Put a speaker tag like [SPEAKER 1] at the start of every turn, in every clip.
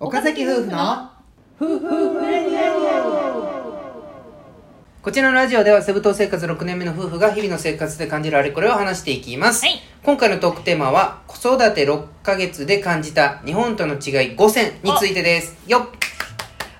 [SPEAKER 1] 岡崎夫婦のこちらのラジオではセブ島生活6年目の夫婦が日々の生活で感じるあれこれを話していきます、
[SPEAKER 2] はい
[SPEAKER 1] 今回のトークテーマは子育て6ヶ月で感じた日本との違い5選についてですよっ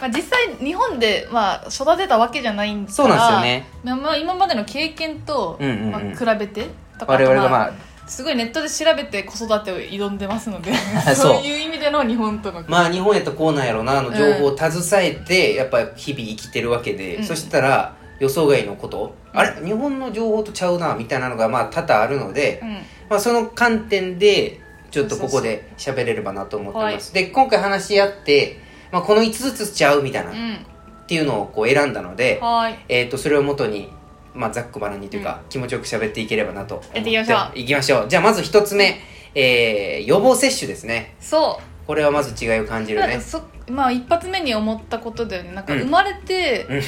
[SPEAKER 2] まあ、実際日本で、まあ、育てたわけじゃないんだから
[SPEAKER 1] そうなんですよね
[SPEAKER 2] まあまあ、今までの経験と、
[SPEAKER 1] うんうんうん
[SPEAKER 2] まあ、比べてとか
[SPEAKER 1] 我々が
[SPEAKER 2] ま
[SPEAKER 1] ま
[SPEAKER 2] あ
[SPEAKER 1] あ
[SPEAKER 2] すごいネットで調べて子育てを挑んでま すので
[SPEAKER 1] そう
[SPEAKER 2] そういう意味での日本との、
[SPEAKER 1] まあ日本やったらこうなんやろうなあの情報を携えてやっぱ日々生きてるわけで、
[SPEAKER 2] うん
[SPEAKER 1] そしたら予想外のこと、あれ日本の情報とちゃうなみたいなのがまあ多々あるので、
[SPEAKER 2] うん、
[SPEAKER 1] まあ、その観点でちょっとここで喋れればなと思ってます
[SPEAKER 2] そう
[SPEAKER 1] で今回話し合って、まあ、この5つちゃうみたいな、っ
[SPEAKER 2] う
[SPEAKER 1] ていうのをこう選んだので
[SPEAKER 2] ん、、はーい
[SPEAKER 1] えー、とそれを元に、まあ、ざっくばらんにというか、気持ちよく喋っていければなと思って
[SPEAKER 2] やっていきましょう
[SPEAKER 1] いきましょうじゃあまず1つ目、えー予防接種ですね
[SPEAKER 2] そう
[SPEAKER 1] これはまず違いを感じる
[SPEAKER 2] なん
[SPEAKER 1] ね
[SPEAKER 2] かそまあ一発目に思ったことだよねなんか
[SPEAKER 1] うん
[SPEAKER 2] 生まれて、
[SPEAKER 1] うん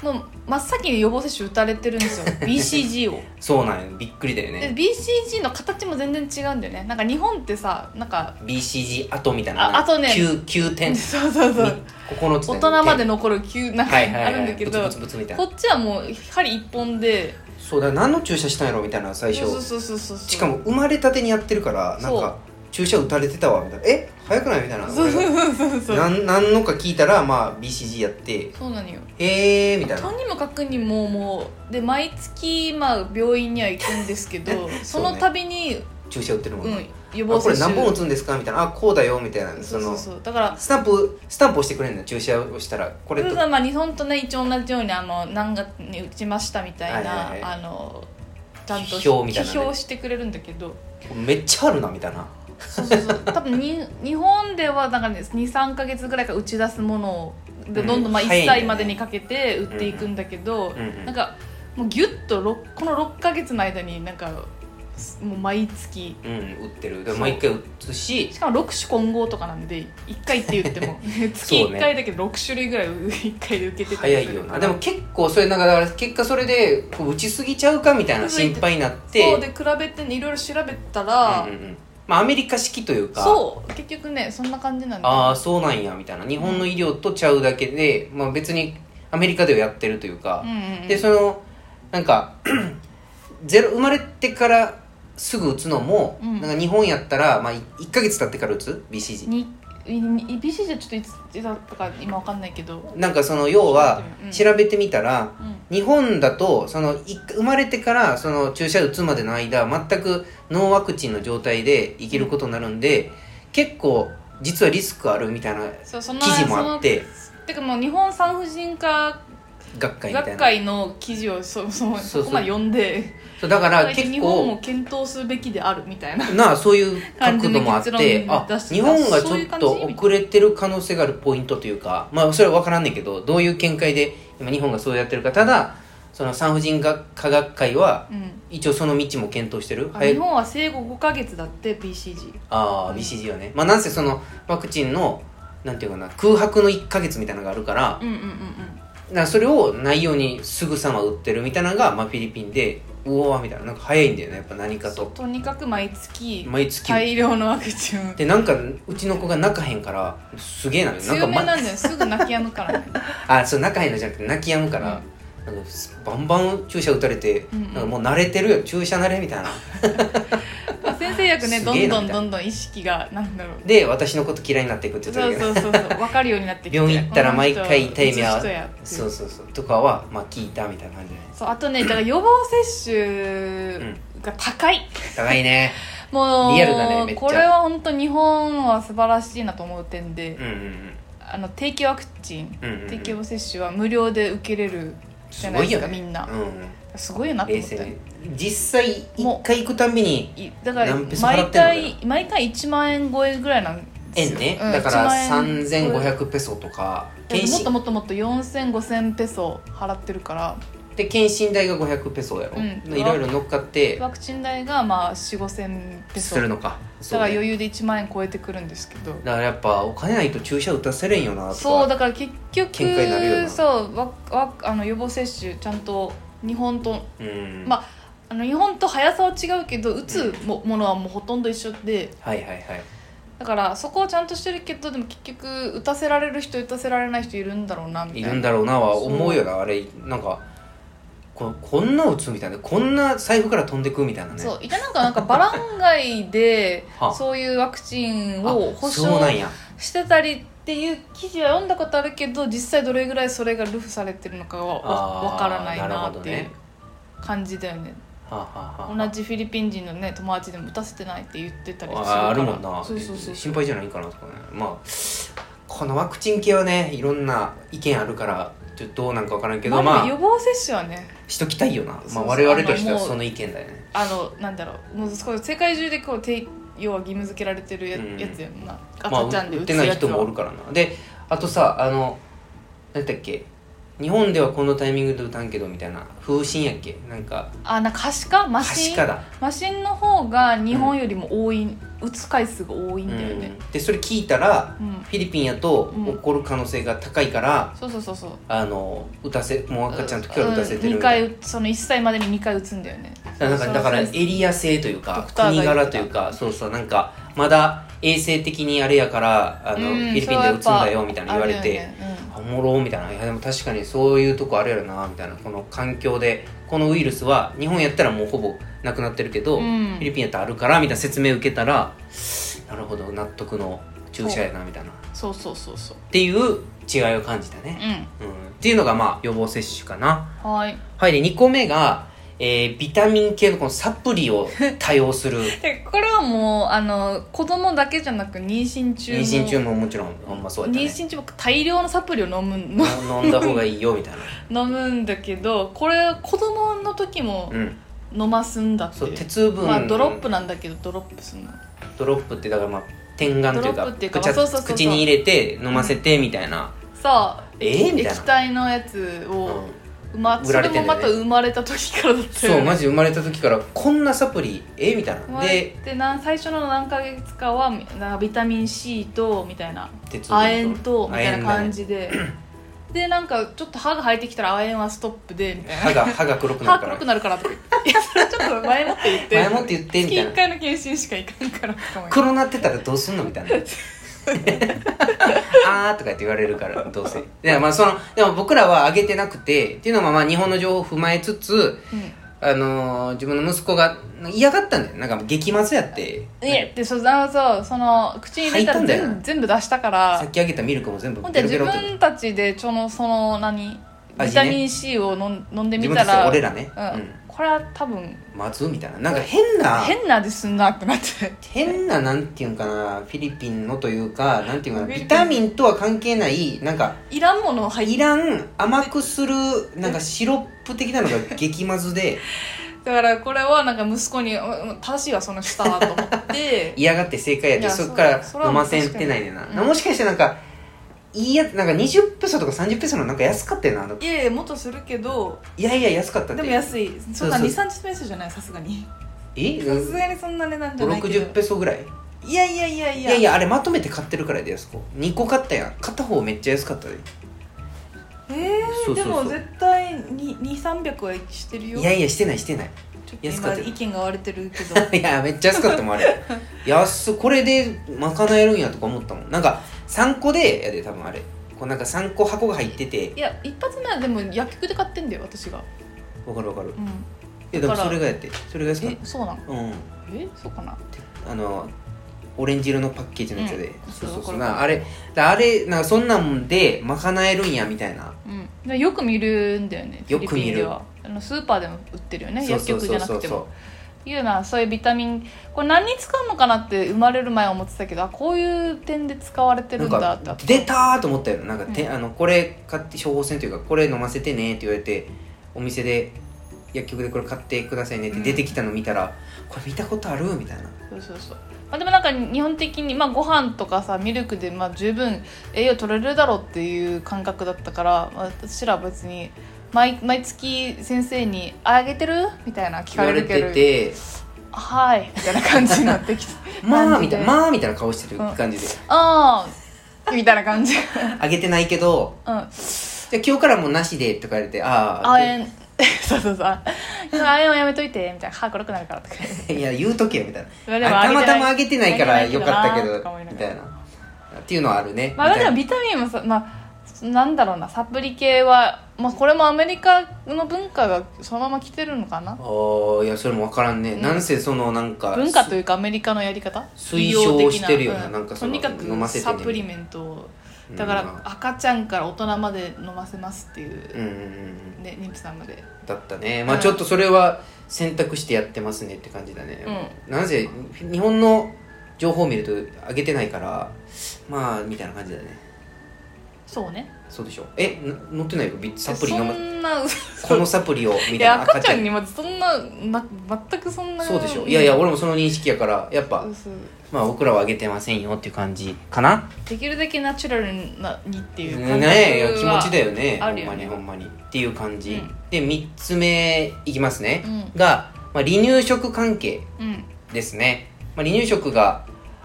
[SPEAKER 2] もう真っ先に予防接種打たれてる んですよ BCG を
[SPEAKER 1] そうなんよびっくりだよ
[SPEAKER 2] で
[SPEAKER 1] ね
[SPEAKER 2] BCG の形も全然違うんだよねなんか日本ってさなんか
[SPEAKER 1] BCG 後みたいな
[SPEAKER 2] ああとね
[SPEAKER 1] 9, 9点
[SPEAKER 2] そうそうそう
[SPEAKER 1] 9つ
[SPEAKER 2] 大人まで残る急なんか
[SPEAKER 1] はいはい、は
[SPEAKER 2] あ
[SPEAKER 1] い、
[SPEAKER 2] るんだけど、
[SPEAKER 1] ブツブツブツみたいな
[SPEAKER 2] こっちはもう針一本で
[SPEAKER 1] そうだ何の注射したんやろみたいな最初
[SPEAKER 2] そうそうそうそうそう
[SPEAKER 1] しかも生まれたてにやってるからなん
[SPEAKER 2] そう
[SPEAKER 1] か注射打たれてたわみたいなえ早くないみたいな
[SPEAKER 2] そうそうそうそう
[SPEAKER 1] なん何のか聞いたらまあ BCG やって
[SPEAKER 2] そうなのよ
[SPEAKER 1] えーみたいな
[SPEAKER 2] とにもかくにももうで毎月まあ病院には行くんですけどその度に
[SPEAKER 1] 注射打ってるも
[SPEAKER 2] うんん
[SPEAKER 1] ね、
[SPEAKER 2] 予
[SPEAKER 1] あ
[SPEAKER 2] 防
[SPEAKER 1] こ
[SPEAKER 2] 接
[SPEAKER 1] れ
[SPEAKER 2] 種
[SPEAKER 1] 何本打つんですかみたいなあこうだよみたいなそ
[SPEAKER 2] そ
[SPEAKER 1] う
[SPEAKER 2] そ
[SPEAKER 1] の
[SPEAKER 2] うそうだから
[SPEAKER 1] スタンプスタンプ押してくれるんだ注射をしたらこれ
[SPEAKER 2] た
[SPEAKER 1] と
[SPEAKER 2] だまあ日本とね一応同じようにあの何月に打ちましたみたいな、
[SPEAKER 1] はいはいはい
[SPEAKER 2] あのちゃんと
[SPEAKER 1] 批評みたいなね
[SPEAKER 2] 批評してくれるんだけど
[SPEAKER 1] めっちゃあるなみたいな
[SPEAKER 2] そうそうそう多分に日本ではなんか、ね、23か月ぐらいから打ち出すものをで
[SPEAKER 1] うん
[SPEAKER 2] どんどんまあ
[SPEAKER 1] 早い
[SPEAKER 2] 1
[SPEAKER 1] んだよね
[SPEAKER 2] 歳までにかけて打っていくんだけど、
[SPEAKER 1] うんうん
[SPEAKER 2] なんかもうギュッとろこの6か月の間になんかすもう毎月
[SPEAKER 1] うん打ってるで毎回打つし
[SPEAKER 2] しかも6種混合とかなんで1回って言っても月
[SPEAKER 1] そうね
[SPEAKER 2] 1回だけど6種類ぐらい1回で受けてたり
[SPEAKER 1] 早
[SPEAKER 2] する
[SPEAKER 1] いよなでも結構それなんかだから結果それでこう打ちすぎちゃうかみたいな心配になって
[SPEAKER 2] そうで比べていろいろ調べた
[SPEAKER 1] う
[SPEAKER 2] ら、
[SPEAKER 1] んうんうんまあ、アメリカ式というか
[SPEAKER 2] そう結局ねそんな感じなんだ
[SPEAKER 1] ああそうなんやみたいな日本の医療とちゃうだけで、まあ、別にアメリカではやってるというか
[SPEAKER 2] う、んうん
[SPEAKER 1] でそのなんか ゼロ生まれてからすぐ打つのも、
[SPEAKER 2] うん
[SPEAKER 1] なんか日本やったら、まあ、1か月経ってから打つ BCG
[SPEAKER 2] にに BC じゃちょっといつだったか今わかんないけど、
[SPEAKER 1] なんかその要は
[SPEAKER 2] うん
[SPEAKER 1] 調べてみたら、
[SPEAKER 2] うん、
[SPEAKER 1] 日本だとそのい生まれてからその注射打つまでの間全くノーワクチンの状態で生きることになるんで、結構実はリスクあるみたいな
[SPEAKER 2] そうその
[SPEAKER 1] 記事もあって
[SPEAKER 2] そのてかもう日本産婦人科
[SPEAKER 1] 学会みたい
[SPEAKER 2] 学
[SPEAKER 1] な
[SPEAKER 2] 会の記事をそ そ
[SPEAKER 1] そう
[SPEAKER 2] そこまで読んで
[SPEAKER 1] そうだから結
[SPEAKER 2] 日本も
[SPEAKER 1] 構
[SPEAKER 2] 検討すべきであるみたいな
[SPEAKER 1] なあそういう角度もあっ
[SPEAKER 2] 感じの
[SPEAKER 1] て
[SPEAKER 2] 結論
[SPEAKER 1] あ
[SPEAKER 2] 出して
[SPEAKER 1] 日本がち
[SPEAKER 2] そういう
[SPEAKER 1] ょっ
[SPEAKER 2] 感
[SPEAKER 1] と
[SPEAKER 2] じ
[SPEAKER 1] 遅れてる可能性があるポイントというかまあそれは分からんねんけどどういう見解で今日本がそうやってるかただその産婦人科学会は
[SPEAKER 2] うん
[SPEAKER 1] 一応その道も検討してる
[SPEAKER 2] あ
[SPEAKER 1] 早
[SPEAKER 2] 日
[SPEAKER 1] い
[SPEAKER 2] 本は生後5か月だって BCG
[SPEAKER 1] ああ BCG はねまあなんせそのワクチンのなんていうかな空白の1か月みたいなのがあるから
[SPEAKER 2] うんうんうんうん
[SPEAKER 1] だからそれを内容にすぐさま打ってるみたいなのが、まあ、フィリピンでうおーみたいななんか早いんだよねやっぱ何かと
[SPEAKER 2] とにかく毎月
[SPEAKER 1] 毎月
[SPEAKER 2] 大量のワクチンを
[SPEAKER 1] でなんかうちの子が泣かへんからすげえなよなん
[SPEAKER 2] 強
[SPEAKER 1] か、
[SPEAKER 2] め
[SPEAKER 1] ま、
[SPEAKER 2] なんだよすぐ泣き止むからね
[SPEAKER 1] あそう泣かへんのじゃなくて泣き止むから、なんかバンバン注射打たれて、
[SPEAKER 2] うんうん
[SPEAKER 1] なんかもう慣れてるよ注射慣れみたいな
[SPEAKER 2] まあ先生役ね
[SPEAKER 1] す
[SPEAKER 2] ど
[SPEAKER 1] げえ
[SPEAKER 2] ん
[SPEAKER 1] な
[SPEAKER 2] どんどんどん意識がなんだろう
[SPEAKER 1] で私のこと嫌いになっていくって
[SPEAKER 2] そう
[SPEAKER 1] 言ったらいいよね
[SPEAKER 2] そうそうそう分かるようになってきて
[SPEAKER 1] 病院行ったら毎回痛い目は
[SPEAKER 2] この人打つ人やっていう
[SPEAKER 1] そうそうそうとかはまあ聞いたみたいな感じで
[SPEAKER 2] そうあとねだから予防接種が高い、
[SPEAKER 1] 高いね
[SPEAKER 2] もう
[SPEAKER 1] リアルだねめっちゃ
[SPEAKER 2] これは本当日本は素晴らしいなと思う点で、
[SPEAKER 1] うんうんうん
[SPEAKER 2] あの定期ワクチン、
[SPEAKER 1] うんうんうん
[SPEAKER 2] 定期予防接種は無料で受けれるじ
[SPEAKER 1] す
[SPEAKER 2] ゃな
[SPEAKER 1] ご
[SPEAKER 2] い
[SPEAKER 1] い
[SPEAKER 2] で
[SPEAKER 1] よ
[SPEAKER 2] すか
[SPEAKER 1] ね
[SPEAKER 2] みんな
[SPEAKER 1] う、ん
[SPEAKER 2] すごいなと
[SPEAKER 1] 冷
[SPEAKER 2] 思った
[SPEAKER 1] 静に実際一回行くたんびに
[SPEAKER 2] いだから
[SPEAKER 1] 何ペソ払
[SPEAKER 2] 毎
[SPEAKER 1] ってんの俺
[SPEAKER 2] 回毎回1万円超えぐらいなんで
[SPEAKER 1] 円
[SPEAKER 2] すよ
[SPEAKER 1] ね、
[SPEAKER 2] うん
[SPEAKER 1] だから
[SPEAKER 2] 1万円超え
[SPEAKER 1] 3500ペソとか
[SPEAKER 2] だから
[SPEAKER 1] 検
[SPEAKER 2] もっと
[SPEAKER 1] 診
[SPEAKER 2] もっともっと40005000ペソ払ってるから
[SPEAKER 1] で検診代が500ペソやろ、
[SPEAKER 2] うん
[SPEAKER 1] いろいろ乗っかって
[SPEAKER 2] ワクチン代がまあ45000ペソ
[SPEAKER 1] するのか
[SPEAKER 2] だから
[SPEAKER 1] そうね
[SPEAKER 2] 余裕で1万円超えてくるんですけど
[SPEAKER 1] だからやっぱお金ないと注射打たせれんよなとか
[SPEAKER 2] そうだから結局
[SPEAKER 1] 喧嘩になるよな
[SPEAKER 2] そうわわあの予防接種ちゃんと日本と
[SPEAKER 1] うん
[SPEAKER 2] まあの日本と速さは違うけど打つもものはもうほとんど一緒で
[SPEAKER 1] はいはいはい
[SPEAKER 2] だからそこはちゃんとしてるけどでも結局打たせられる人打たせられない人いるんだろうなみた
[SPEAKER 1] い
[SPEAKER 2] い
[SPEAKER 1] る
[SPEAKER 2] なん
[SPEAKER 1] だろうなは
[SPEAKER 2] そう
[SPEAKER 1] 思うよなあれなんかここんな打つみたいなこんな財布から飛んでくみたいなね
[SPEAKER 2] そういたなんかなんかバラン街で
[SPEAKER 1] はあ
[SPEAKER 2] そういうワクチン
[SPEAKER 1] あ
[SPEAKER 2] を保
[SPEAKER 1] そうなん
[SPEAKER 2] 証
[SPEAKER 1] や
[SPEAKER 2] してたりっていう記事は読んだことあるけど実際どれぐらいそれがルフされてるのかは
[SPEAKER 1] あー
[SPEAKER 2] わわからないなって
[SPEAKER 1] なる
[SPEAKER 2] い
[SPEAKER 1] ほ
[SPEAKER 2] う
[SPEAKER 1] どね
[SPEAKER 2] 感じだよね
[SPEAKER 1] はあはあはあ
[SPEAKER 2] 同じフィリピン人のね友達でも打たせてないって言ってたりするから
[SPEAKER 1] ああるもんな
[SPEAKER 2] そうそうそう
[SPEAKER 1] 心配じゃないかなとかねまあこのワクチン系はねいろんな意見あるからちょっとどうなんかわからんけど
[SPEAKER 2] まあ
[SPEAKER 1] ま
[SPEAKER 2] でも
[SPEAKER 1] あ
[SPEAKER 2] 予防接種はね
[SPEAKER 1] しときたいよなま
[SPEAKER 2] そうそ
[SPEAKER 1] あ
[SPEAKER 2] う
[SPEAKER 1] 我々としては
[SPEAKER 2] あのもう
[SPEAKER 1] その意見だよね
[SPEAKER 2] あのなんだろうもうこれ世界中でこう提要は義務付けられてるや,、
[SPEAKER 1] うん
[SPEAKER 2] やつやんな
[SPEAKER 1] まあ
[SPEAKER 2] 赤ちゃんで
[SPEAKER 1] 売っ
[SPEAKER 2] 打つ
[SPEAKER 1] てない
[SPEAKER 2] やつ
[SPEAKER 1] 人
[SPEAKER 2] は、
[SPEAKER 1] もおるからなであとさあの何だっけ日本ではこのタイミングで打たんけどみたいな風疹やっけなんか
[SPEAKER 2] あなんか可視化マ
[SPEAKER 1] は
[SPEAKER 2] シ
[SPEAKER 1] し
[SPEAKER 2] ン
[SPEAKER 1] かだ、
[SPEAKER 2] マシンの方が日本よりも多い、打つ回数が多いんだよね、
[SPEAKER 1] うんでそれ聞いたら
[SPEAKER 2] うん
[SPEAKER 1] フィリピンやと
[SPEAKER 2] うん
[SPEAKER 1] 起こる可能性が高いから、
[SPEAKER 2] そうそうそうそう
[SPEAKER 1] あの打たせもう赤ちゃんの時から打たせてる
[SPEAKER 2] うん、2
[SPEAKER 1] みたいな
[SPEAKER 2] 回その1歳までに2回打つんだよね
[SPEAKER 1] だからなんかだからエ
[SPEAKER 2] そうそう
[SPEAKER 1] リア性という
[SPEAKER 2] ド
[SPEAKER 1] か
[SPEAKER 2] クターが
[SPEAKER 1] 国
[SPEAKER 2] 言ってた
[SPEAKER 1] 柄というかそうそうなんかまだ衛生的にあれやからあの、
[SPEAKER 2] うん
[SPEAKER 1] フィリピンで打つんだよみたいな言われて、
[SPEAKER 2] それはやっぱあるよね
[SPEAKER 1] おもろみたいないやでも確かにそういうとこあるやろなみたいなこの環境でこのウイルスは日本やったらもうほぼなくなってるけど、
[SPEAKER 2] うん
[SPEAKER 1] フィリピンやったらあるからみたいな説明受けたらなるほど納得の注射やなみたいなっ
[SPEAKER 2] うんそうそうそうそう
[SPEAKER 1] ていう違いを感じたね、
[SPEAKER 2] う
[SPEAKER 1] うんっていうのがまあ予防接種かなん
[SPEAKER 2] はい
[SPEAKER 1] はいで2個目が、えービタミン系のこのサプリを多用す る
[SPEAKER 2] でこれはもうあの子供だけじゃなく妊娠中
[SPEAKER 1] 妊
[SPEAKER 2] も
[SPEAKER 1] 娠中ももちろんほんまそうやった
[SPEAKER 2] 妊
[SPEAKER 1] ね
[SPEAKER 2] 娠中も大量のサプリを飲むの
[SPEAKER 1] 飲んだ方がいいよみたいな、
[SPEAKER 2] 飲むんだけどこれ子供の時も
[SPEAKER 1] うん、
[SPEAKER 2] 飲ますんだって
[SPEAKER 1] そう鉄分、
[SPEAKER 2] まあドロップなんだけどドロップすんの
[SPEAKER 1] ドロップってだからまあ点眼という
[SPEAKER 2] ドロ
[SPEAKER 1] か
[SPEAKER 2] ップっていうか
[SPEAKER 1] くちゃ
[SPEAKER 2] まあそうそうそうそう
[SPEAKER 1] 口に入れて飲ませてみたいな、
[SPEAKER 2] さあ
[SPEAKER 1] ええみたい
[SPEAKER 2] 液
[SPEAKER 1] な、
[SPEAKER 2] 体のやつ
[SPEAKER 1] うん
[SPEAKER 2] を、ま
[SPEAKER 1] 売
[SPEAKER 2] そ
[SPEAKER 1] られ
[SPEAKER 2] れ
[SPEAKER 1] てんだ
[SPEAKER 2] も
[SPEAKER 1] よね
[SPEAKER 2] また生まれた時からだったよ
[SPEAKER 1] そうマ
[SPEAKER 2] ジ
[SPEAKER 1] ジ生まれた時からこんなサプリええみたいな
[SPEAKER 2] で
[SPEAKER 1] で
[SPEAKER 2] でなん最初の何ヶ月かはみなビタミン C とみたいな
[SPEAKER 1] 鉄分
[SPEAKER 2] 亜鉛とみ
[SPEAKER 1] 亜
[SPEAKER 2] た
[SPEAKER 1] 鉛
[SPEAKER 2] いな
[SPEAKER 1] だね
[SPEAKER 2] 感じで、でなんかちょっと歯が生えてきたら亜鉛はストップでみたいな
[SPEAKER 1] 歯が歯が黒くな
[SPEAKER 2] 歯
[SPEAKER 1] るか
[SPEAKER 2] 黒
[SPEAKER 1] ら
[SPEAKER 2] くなるからとか言っていやそれちょっと前もって言って
[SPEAKER 1] 前もって言ってみた
[SPEAKER 2] 月
[SPEAKER 1] い
[SPEAKER 2] 1
[SPEAKER 1] な
[SPEAKER 2] 回の検診しか行かんからとかも言って
[SPEAKER 1] 黒なってたらどうすんのみたいな あーとかって言われるからどうせで,、まあ、そのでも僕らはあげてなくてっていうのもまあ日本の情報を踏まえつつあのー自分の息子が嫌がったんだよなんか激まずやって
[SPEAKER 2] いやでそうそうその口に入れ
[SPEAKER 1] 入
[SPEAKER 2] たら
[SPEAKER 1] ったんだよ
[SPEAKER 2] 全部全部出したか
[SPEAKER 1] さ
[SPEAKER 2] ら
[SPEAKER 1] っきあげたミルクも全部
[SPEAKER 2] ほん
[SPEAKER 1] ペ
[SPEAKER 2] で
[SPEAKER 1] ロペ
[SPEAKER 2] 自
[SPEAKER 1] ロって
[SPEAKER 2] 分たちでそのその何
[SPEAKER 1] 味ね
[SPEAKER 2] ビタミン C を飲ん飲んで
[SPEAKER 1] 自
[SPEAKER 2] み
[SPEAKER 1] 分
[SPEAKER 2] た
[SPEAKER 1] たち
[SPEAKER 2] ら
[SPEAKER 1] 俺らね、
[SPEAKER 2] う
[SPEAKER 1] う
[SPEAKER 2] ん
[SPEAKER 1] ん
[SPEAKER 2] これは多分
[SPEAKER 1] まずみたいななんか変な変
[SPEAKER 2] 変な味すんなってな って
[SPEAKER 1] ななんていうんかなフィリピンのというかなんていうかな
[SPEAKER 2] フィリピン
[SPEAKER 1] ビタミンとは関係ないなんか
[SPEAKER 2] いらんもの入
[SPEAKER 1] い
[SPEAKER 2] り
[SPEAKER 1] らん甘くするなんかシロップ的なの が激まずで
[SPEAKER 2] だからこれはなんか息子にうんうん正しいわその下と思って
[SPEAKER 1] 嫌がって正解やっ
[SPEAKER 2] い
[SPEAKER 1] て
[SPEAKER 2] や
[SPEAKER 1] そっ
[SPEAKER 2] そう
[SPEAKER 1] から
[SPEAKER 2] それは
[SPEAKER 1] 飲ませてないねんな
[SPEAKER 2] 確かにうん
[SPEAKER 1] もしかしてなんかいいやつなんか20ペソとか30ペソのなんか安かったよなあの
[SPEAKER 2] いやいやもっとするけど
[SPEAKER 1] いやいや安かったって
[SPEAKER 2] でも安いそんな
[SPEAKER 1] そうそう
[SPEAKER 2] 23ペースじゃないさすがに
[SPEAKER 1] え
[SPEAKER 2] さすがにそんな値段じゃないけ
[SPEAKER 1] 50
[SPEAKER 2] ど
[SPEAKER 1] ペソぐらい
[SPEAKER 2] いやいやいやい
[SPEAKER 1] い
[SPEAKER 2] や
[SPEAKER 1] やいやあれまとめて買ってるからやで安子2個買ったやん片方めっちゃ安かったで
[SPEAKER 2] え
[SPEAKER 1] そうそうそう
[SPEAKER 2] ー、でも絶対に2300はしてるよ
[SPEAKER 1] いやいやしてないしてない
[SPEAKER 2] ちょっと
[SPEAKER 1] 安かっ
[SPEAKER 2] 今
[SPEAKER 1] たよ
[SPEAKER 2] 意見が割れてるけど
[SPEAKER 1] いやめっちゃ安かったもんあれ安っこれで賄えるんやとか思ったもんなんか3個でやで多分あれこうなんか3個箱が入ってて
[SPEAKER 2] いや一発目はでも薬局で買ってんだよ私が
[SPEAKER 1] わかるわかる
[SPEAKER 2] うん
[SPEAKER 1] いやでも
[SPEAKER 2] だから
[SPEAKER 1] それがやってそれが安かっ
[SPEAKER 2] えそうなの
[SPEAKER 1] たうん
[SPEAKER 2] えそうかな
[SPEAKER 1] あのオレンジ色のパッケージのやつで、
[SPEAKER 2] うん
[SPEAKER 1] そうそうそ
[SPEAKER 2] そうう
[SPEAKER 1] なあれだあれなんかそんなんで賄えるんやみたいな
[SPEAKER 2] うんでよく見るんだよね
[SPEAKER 1] よく見る
[SPEAKER 2] フィリピンではあのスーパーでも売ってるよね
[SPEAKER 1] そう
[SPEAKER 2] 薬
[SPEAKER 1] そう
[SPEAKER 2] 局
[SPEAKER 1] そ
[SPEAKER 2] じゃ
[SPEAKER 1] う
[SPEAKER 2] な
[SPEAKER 1] そ
[SPEAKER 2] く
[SPEAKER 1] う
[SPEAKER 2] て
[SPEAKER 1] そ
[SPEAKER 2] もいうなそういうビタミンこれ何に使うのかなって生まれる前思ってたけどあこういう点で使われて
[SPEAKER 1] うな
[SPEAKER 2] る
[SPEAKER 1] ん
[SPEAKER 2] ん
[SPEAKER 1] か
[SPEAKER 2] だって
[SPEAKER 1] 出たーと思ったよなんか、て
[SPEAKER 2] うん
[SPEAKER 1] あのこれ買って処方箋というかこれ飲ませてねって言われてお店で薬局でこれ買ってくださいねって出てきたの見たら、これ見たことあるみたいな
[SPEAKER 2] そうそうそう、まあ、でもなんか日本的に、まあ、ご飯とかさミルクでまあ十分栄養取れるだろうっていう感覚だったから、まあ私らは別に毎毎月先生に「ああげてる?」みたいな聞
[SPEAKER 1] 言
[SPEAKER 2] か
[SPEAKER 1] わ
[SPEAKER 2] れ
[SPEAKER 1] れ
[SPEAKER 2] るけ
[SPEAKER 1] て
[SPEAKER 2] ど
[SPEAKER 1] て
[SPEAKER 2] 「はい」みたいな感じになってきて
[SPEAKER 1] 「 まあ」みたいな「
[SPEAKER 2] 感
[SPEAKER 1] まあ」みたいな顔してる感じで
[SPEAKER 2] 「ああ」みたいな感じ
[SPEAKER 1] 「あげてないけど
[SPEAKER 2] う
[SPEAKER 1] じ
[SPEAKER 2] ん
[SPEAKER 1] ゃあ今日からもうなしで」とか言われて「あ
[SPEAKER 2] 亜
[SPEAKER 1] あ」
[SPEAKER 2] 鉛 そうそうそうああれをやめといてみたいな歯黒くなるから とか
[SPEAKER 1] いや言うとけよみたい
[SPEAKER 2] まあで
[SPEAKER 1] な
[SPEAKER 2] も
[SPEAKER 1] あたまたま
[SPEAKER 2] あ
[SPEAKER 1] 上げ
[SPEAKER 2] げて
[SPEAKER 1] て
[SPEAKER 2] な
[SPEAKER 1] ないいからよかったけ
[SPEAKER 2] あげてないけどなとか
[SPEAKER 1] ど
[SPEAKER 2] 思いな
[SPEAKER 1] み
[SPEAKER 2] がら
[SPEAKER 1] たいなっていうのはあるね
[SPEAKER 2] まあ
[SPEAKER 1] みた
[SPEAKER 2] で
[SPEAKER 1] い
[SPEAKER 2] も
[SPEAKER 1] な
[SPEAKER 2] ビタミンもさ、まあ、なんだろうなサプリ系は、まあ、これもアメリカの文化がそのまま来てるのか
[SPEAKER 1] あ
[SPEAKER 2] な
[SPEAKER 1] あいやそれも分からんね、
[SPEAKER 2] うん
[SPEAKER 1] なんせそのなんか
[SPEAKER 2] 文化というかアメリカのやり方
[SPEAKER 1] 推奨をしてるような
[SPEAKER 2] 医療的
[SPEAKER 1] なんか
[SPEAKER 2] と
[SPEAKER 1] その
[SPEAKER 2] にかく
[SPEAKER 1] 飲ませてね
[SPEAKER 2] サプリメントを
[SPEAKER 1] うん
[SPEAKER 2] だから、
[SPEAKER 1] まあ
[SPEAKER 2] 赤ちゃんから大人まで飲ませますっていう、
[SPEAKER 1] うんうんうん
[SPEAKER 2] ね、妊婦さんまで
[SPEAKER 1] だったねま
[SPEAKER 2] う
[SPEAKER 1] あ
[SPEAKER 2] ん
[SPEAKER 1] ちょっとそれは選択してやってますねって感じだね、
[SPEAKER 2] う
[SPEAKER 1] なぜ日本の情報を見ると上げてないからまあみたいな感じだね
[SPEAKER 2] そうね
[SPEAKER 1] そうでしょえな載ってないよビサプリ飲
[SPEAKER 2] そ
[SPEAKER 1] む
[SPEAKER 2] んな
[SPEAKER 1] このサプリをみ
[SPEAKER 2] い
[SPEAKER 1] たい
[SPEAKER 2] や
[SPEAKER 1] な
[SPEAKER 2] 赤ちゃんにまずそんな、ま、全くそんな
[SPEAKER 1] そうでしょいやいや俺もその認識やからやっぱ
[SPEAKER 2] そうそう
[SPEAKER 1] まあ僕らは上げてませんよっていう感じかな
[SPEAKER 2] できるだけナチュラルなにっていう感覚は
[SPEAKER 1] ねえ気持ちだよね
[SPEAKER 2] あるよ
[SPEAKER 1] ほんま
[SPEAKER 2] ね
[SPEAKER 1] にほんまにっていう感じ、
[SPEAKER 2] うん
[SPEAKER 1] で3つ目いきますね、
[SPEAKER 2] うん
[SPEAKER 1] が、まあ、離乳食関係
[SPEAKER 2] うん
[SPEAKER 1] ですね、まあ、離乳食が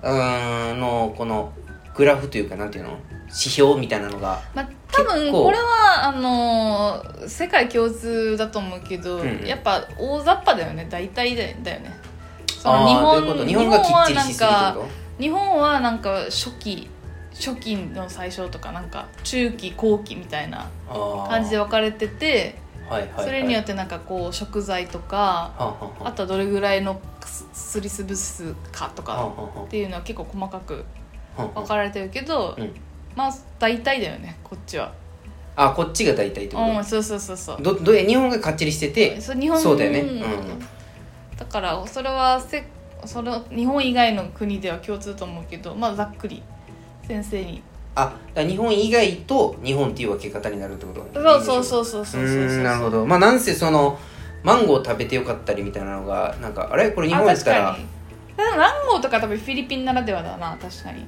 [SPEAKER 1] うーんのこのグラフというかなんていうの指標みたいなのが
[SPEAKER 2] まあ、多
[SPEAKER 1] 結
[SPEAKER 2] 分
[SPEAKER 1] 構
[SPEAKER 2] これはあのー世界共通だと思うけど、
[SPEAKER 1] うんうん
[SPEAKER 2] やっぱ大雑把だよね大体だよだよねその日
[SPEAKER 1] ああーどうい
[SPEAKER 2] 本
[SPEAKER 1] うこと日本がきっちりしすぎって
[SPEAKER 2] はなんか
[SPEAKER 1] こ
[SPEAKER 2] 日本はなんか初期初期の最初とかなんか中期後期みたいな
[SPEAKER 1] と
[SPEAKER 2] 感じで
[SPEAKER 1] は、
[SPEAKER 2] 分かれてて
[SPEAKER 1] はいはいはい、
[SPEAKER 2] それによっててなんかこう食材とか
[SPEAKER 1] はんはんはん
[SPEAKER 2] あとはどれぐらいのすすりつぶすかと
[SPEAKER 1] はんは
[SPEAKER 2] か
[SPEAKER 1] んはん
[SPEAKER 2] っていうのは結構細かく
[SPEAKER 1] はんはん
[SPEAKER 2] 分かられてるけど、
[SPEAKER 1] うん
[SPEAKER 2] まあ大体だよねこっちは。
[SPEAKER 1] あこっちが大体ってこ
[SPEAKER 2] うん、そうそうそうそう
[SPEAKER 1] とどどうや日本がかっちりしてて
[SPEAKER 2] そう日本
[SPEAKER 1] そうだよねうん
[SPEAKER 2] んだからそれはせそれ日本以外の国では共通と思うけどまあざっくり先生に
[SPEAKER 1] あだから日本以外と日本っていう分け方になるってことね
[SPEAKER 2] そうそうそうそうそうそう
[SPEAKER 1] う
[SPEAKER 2] そう
[SPEAKER 1] ーんなるほどまあなんせそのマンゴー食べてよかったりみたいなのがなんかあれこれ日本
[SPEAKER 2] あ
[SPEAKER 1] やっ
[SPEAKER 2] 確
[SPEAKER 1] たら
[SPEAKER 2] かにでもマンゴーとか多分フィリピンならではだな確かに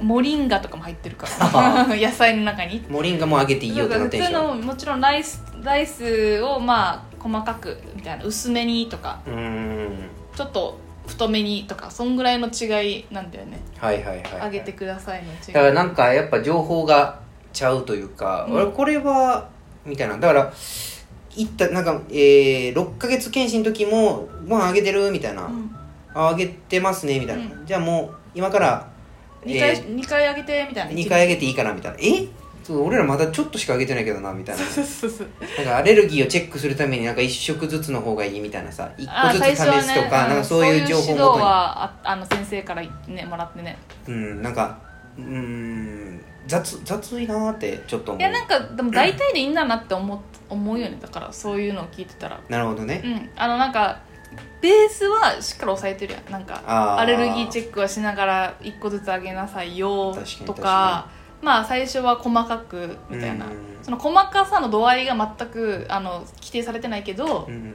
[SPEAKER 2] モリンガとかも入ってるから 野菜の中に
[SPEAKER 1] モリンガもあげていいよってな
[SPEAKER 2] 普
[SPEAKER 1] ってんで
[SPEAKER 2] 通
[SPEAKER 1] しょ
[SPEAKER 2] のもちろんライスライスをまあ細かくみたいな薄めにとか
[SPEAKER 1] うーん
[SPEAKER 2] ちょっと太めにとかそんぐらいの違いなんだよね
[SPEAKER 1] はいはいはい、は
[SPEAKER 2] あ
[SPEAKER 1] い、
[SPEAKER 2] げてくださいの違い
[SPEAKER 1] だからなんかやっぱ情報がちゃうというか、
[SPEAKER 2] うん
[SPEAKER 1] 俺これはみたいなだから行ったなんか、えー、6ヶ月検診の時もご飯あげてるみたいな、
[SPEAKER 2] うん
[SPEAKER 1] ああげてますねみたいな、
[SPEAKER 2] う
[SPEAKER 1] じゃあもう今から
[SPEAKER 2] 二回、
[SPEAKER 1] えー
[SPEAKER 2] 二回あげてみたいな
[SPEAKER 1] 2回あげていいかなみたいなえそう俺らまだちょっとしかあげてないけどなみたいな
[SPEAKER 2] そうそうそう
[SPEAKER 1] なんかアレルギーをチェックするためになんか1食ずつの方がいいみたいなさ1
[SPEAKER 2] あ
[SPEAKER 1] 個ずつ
[SPEAKER 2] 最
[SPEAKER 1] 試
[SPEAKER 2] 初はね
[SPEAKER 1] すとか,、なん
[SPEAKER 2] ん
[SPEAKER 1] かそういう情報
[SPEAKER 2] そういう指導
[SPEAKER 1] 元に
[SPEAKER 2] はああの先生からねもらってね
[SPEAKER 1] うんなんかうーん雑雑いなーってちょっと思う
[SPEAKER 2] いやなんかでも大体でいいんだなって思っ思うよねだからそういうのを聞いてたら
[SPEAKER 1] なるほどね、
[SPEAKER 2] うんあのなんかベースはしっかり抑えてるやんなんか
[SPEAKER 1] あー
[SPEAKER 2] アレルギーチェックはしながら一個ずつあげなさいよ
[SPEAKER 1] 確かに
[SPEAKER 2] とかまあ最初は細かくみたいな
[SPEAKER 1] うん
[SPEAKER 2] その細かさの度合いが全くあの規定されてないけど
[SPEAKER 1] うんうん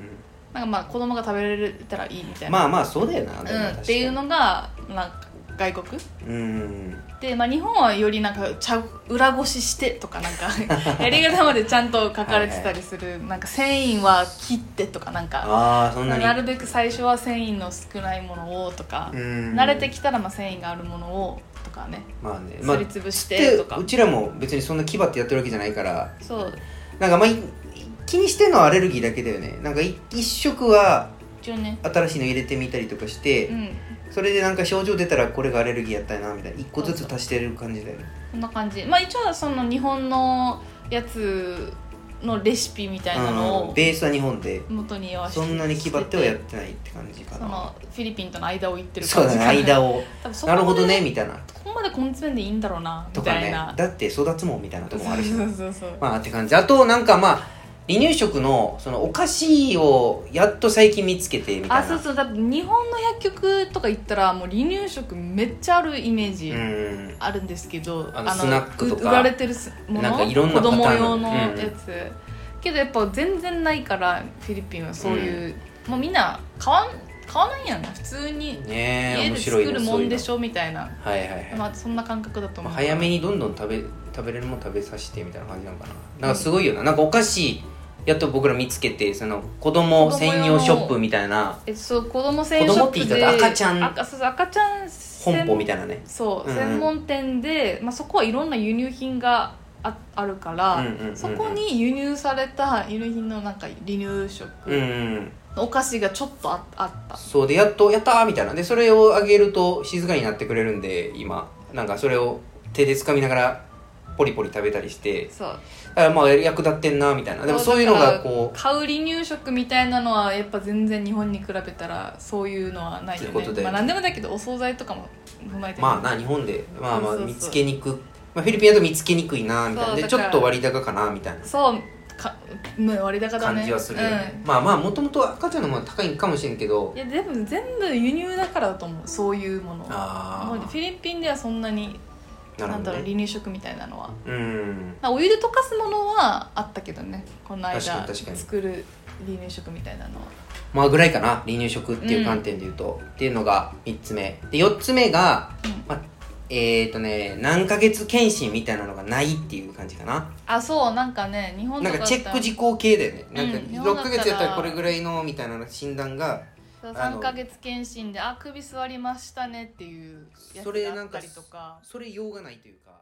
[SPEAKER 2] なんかまあ子供が食べられたらいいみたいな
[SPEAKER 1] まあまあそうだよな、でも確
[SPEAKER 2] うん、
[SPEAKER 1] かに
[SPEAKER 2] っていうのがなんか外国
[SPEAKER 1] うん
[SPEAKER 2] で、まあ、日本はよりなんかちゃ裏ごししてとかなんか やり方までちゃんと書かれてたりするなんか繊維は切ってとかなんか
[SPEAKER 1] ああそんなに
[SPEAKER 2] なるべく最初は繊維の少ないものをとか、
[SPEAKER 1] うん
[SPEAKER 2] 慣れてきたらまあ繊維があるものをとかね
[SPEAKER 1] まあねまあ
[SPEAKER 2] すりつぶしてとか、
[SPEAKER 1] うちらも別にそんな牙ってやってるわけじゃないから
[SPEAKER 2] そう
[SPEAKER 1] なんかまあい気にしてるのはアレルギーだけだよねなんかい一食は
[SPEAKER 2] 一応ね
[SPEAKER 1] 新しいの入れてみたりとかして、
[SPEAKER 2] うん
[SPEAKER 1] それでなんか症状出たらこれがアレルギーやったよなみたいな一個ずつ足してる感じだよね
[SPEAKER 2] こんな感じまあ一応その日本のやつのレシピみたいな
[SPEAKER 1] う
[SPEAKER 2] の
[SPEAKER 1] ん
[SPEAKER 2] を
[SPEAKER 1] ベースは日本で
[SPEAKER 2] 元に合わせて
[SPEAKER 1] そんなに牙ってはやってないって感じか
[SPEAKER 2] そ
[SPEAKER 1] な
[SPEAKER 2] のフィリピンとの間を行ってる
[SPEAKER 1] そうだね間を
[SPEAKER 2] 多分そこ
[SPEAKER 1] な
[SPEAKER 2] まで
[SPEAKER 1] るほどねみたいな
[SPEAKER 2] ここまで根詰めでいいんだろうな
[SPEAKER 1] と
[SPEAKER 2] み
[SPEAKER 1] か
[SPEAKER 2] たい
[SPEAKER 1] ね
[SPEAKER 2] な、
[SPEAKER 1] だって育つもんみたいなとこもあるし
[SPEAKER 2] そうそうそう
[SPEAKER 1] まあって感じあとなんかまあ離乳食のそのお菓子をやっと最近見つけてみたいな
[SPEAKER 2] あそうそうだって日本の薬局とか行ったらもう離乳食めっちゃあるイメージ
[SPEAKER 1] うん
[SPEAKER 2] あるんですけど、
[SPEAKER 1] あのスナックとか
[SPEAKER 2] う売られてるすも
[SPEAKER 1] なん
[SPEAKER 2] の
[SPEAKER 1] かいろんな
[SPEAKER 2] 子供
[SPEAKER 1] パターン
[SPEAKER 2] 用の
[SPEAKER 1] うん
[SPEAKER 2] やつ、けどやっぱ全然ないからフィリピンはそういう、もうみんな買わん買わないやん普通に
[SPEAKER 1] ねえ
[SPEAKER 2] 家
[SPEAKER 1] 面
[SPEAKER 2] で
[SPEAKER 1] 白
[SPEAKER 2] 作
[SPEAKER 1] いね
[SPEAKER 2] るもんでしょみたいな、
[SPEAKER 1] そういうのはいはいはい、
[SPEAKER 2] まあ、そんな感覚だと思う、
[SPEAKER 1] 早めにどんどん食べ食べれるもん食べさせてみたいな感じなのかななんかすごいよななんかお菓子やっと僕ら見つけてその子供専用ショップみたいな
[SPEAKER 2] えそう子供専
[SPEAKER 1] 子
[SPEAKER 2] 用ショ
[SPEAKER 1] 供
[SPEAKER 2] ッ
[SPEAKER 1] って
[SPEAKER 2] プ
[SPEAKER 1] 言い
[SPEAKER 2] で
[SPEAKER 1] 方赤ちゃん
[SPEAKER 2] 赤そうそう赤ちゃん専
[SPEAKER 1] 本舗みたいなね
[SPEAKER 2] そう、
[SPEAKER 1] うん
[SPEAKER 2] 専門店で、まあ、そこはいろんな輸入品がああるから、
[SPEAKER 1] うんうんうんうん
[SPEAKER 2] そこに輸入された輸入品のなんか離乳食
[SPEAKER 1] うんうん
[SPEAKER 2] のお菓子がちょっとああった
[SPEAKER 1] そうでやっとやったーみたいなでそれをあげると静かになってくれるんで今なんかそれを手で掴みながらポリポリ食べたりして
[SPEAKER 2] そう
[SPEAKER 1] あまあ役立ってんなみたいなでもそういうのがこう
[SPEAKER 2] 買う離乳食みたいなのはやっぱ全然日本に比べたらそういうのはない
[SPEAKER 1] と
[SPEAKER 2] よ
[SPEAKER 1] いうことで
[SPEAKER 2] ねまあ何でもだけどお惣菜とかも踏まえて
[SPEAKER 1] まあな日本でまあま
[SPEAKER 2] そ
[SPEAKER 1] あ
[SPEAKER 2] うそうそう
[SPEAKER 1] 見つけにくまあ、フィリピンだと見つけにくいなみたいなで
[SPEAKER 2] そう
[SPEAKER 1] ち
[SPEAKER 2] だ
[SPEAKER 1] ょ
[SPEAKER 2] から
[SPEAKER 1] っと割高かなみたいな
[SPEAKER 2] そうかね割高だね
[SPEAKER 1] 感じはする
[SPEAKER 2] う
[SPEAKER 1] よね、まあまあもともと赤ちゃんのものは高いんかもしれんけど
[SPEAKER 2] ん、いやでも全部輸入だからだと思うそういうものはもう
[SPEAKER 1] あ
[SPEAKER 2] フィリピンではそんなに
[SPEAKER 1] あなる
[SPEAKER 2] な
[SPEAKER 1] ほ
[SPEAKER 2] んだ
[SPEAKER 1] ど
[SPEAKER 2] ろう
[SPEAKER 1] ね
[SPEAKER 2] 離乳食みたいなのは
[SPEAKER 1] うん
[SPEAKER 2] なんかお湯で溶かすものはあったけどねこの間
[SPEAKER 1] 確かに確かに
[SPEAKER 2] 作る離乳食みたいなのは
[SPEAKER 1] まあぐらいかな離乳食っていう観点で言うと、っていうのが3つ目で4つ目が、
[SPEAKER 2] うん
[SPEAKER 1] まあ、えっ、ー、とね何ヶ月検診みたいなのがないっていう感じかな
[SPEAKER 2] あそうなんかね日本と
[SPEAKER 1] なん
[SPEAKER 2] か
[SPEAKER 1] かチェック
[SPEAKER 2] 時
[SPEAKER 1] 事項系だよね、なんか
[SPEAKER 2] うん日
[SPEAKER 1] 6
[SPEAKER 2] 本だ
[SPEAKER 1] ヶ
[SPEAKER 2] ったら
[SPEAKER 1] 月やったらこれぐらいのみたいな診断があの
[SPEAKER 2] 3ヶ月検診で「あ首座りましたね」っていうやつ
[SPEAKER 1] それ
[SPEAKER 2] が
[SPEAKER 1] な
[SPEAKER 2] あ
[SPEAKER 1] ん
[SPEAKER 2] っ
[SPEAKER 1] か
[SPEAKER 2] たりとか
[SPEAKER 1] それ用がないというか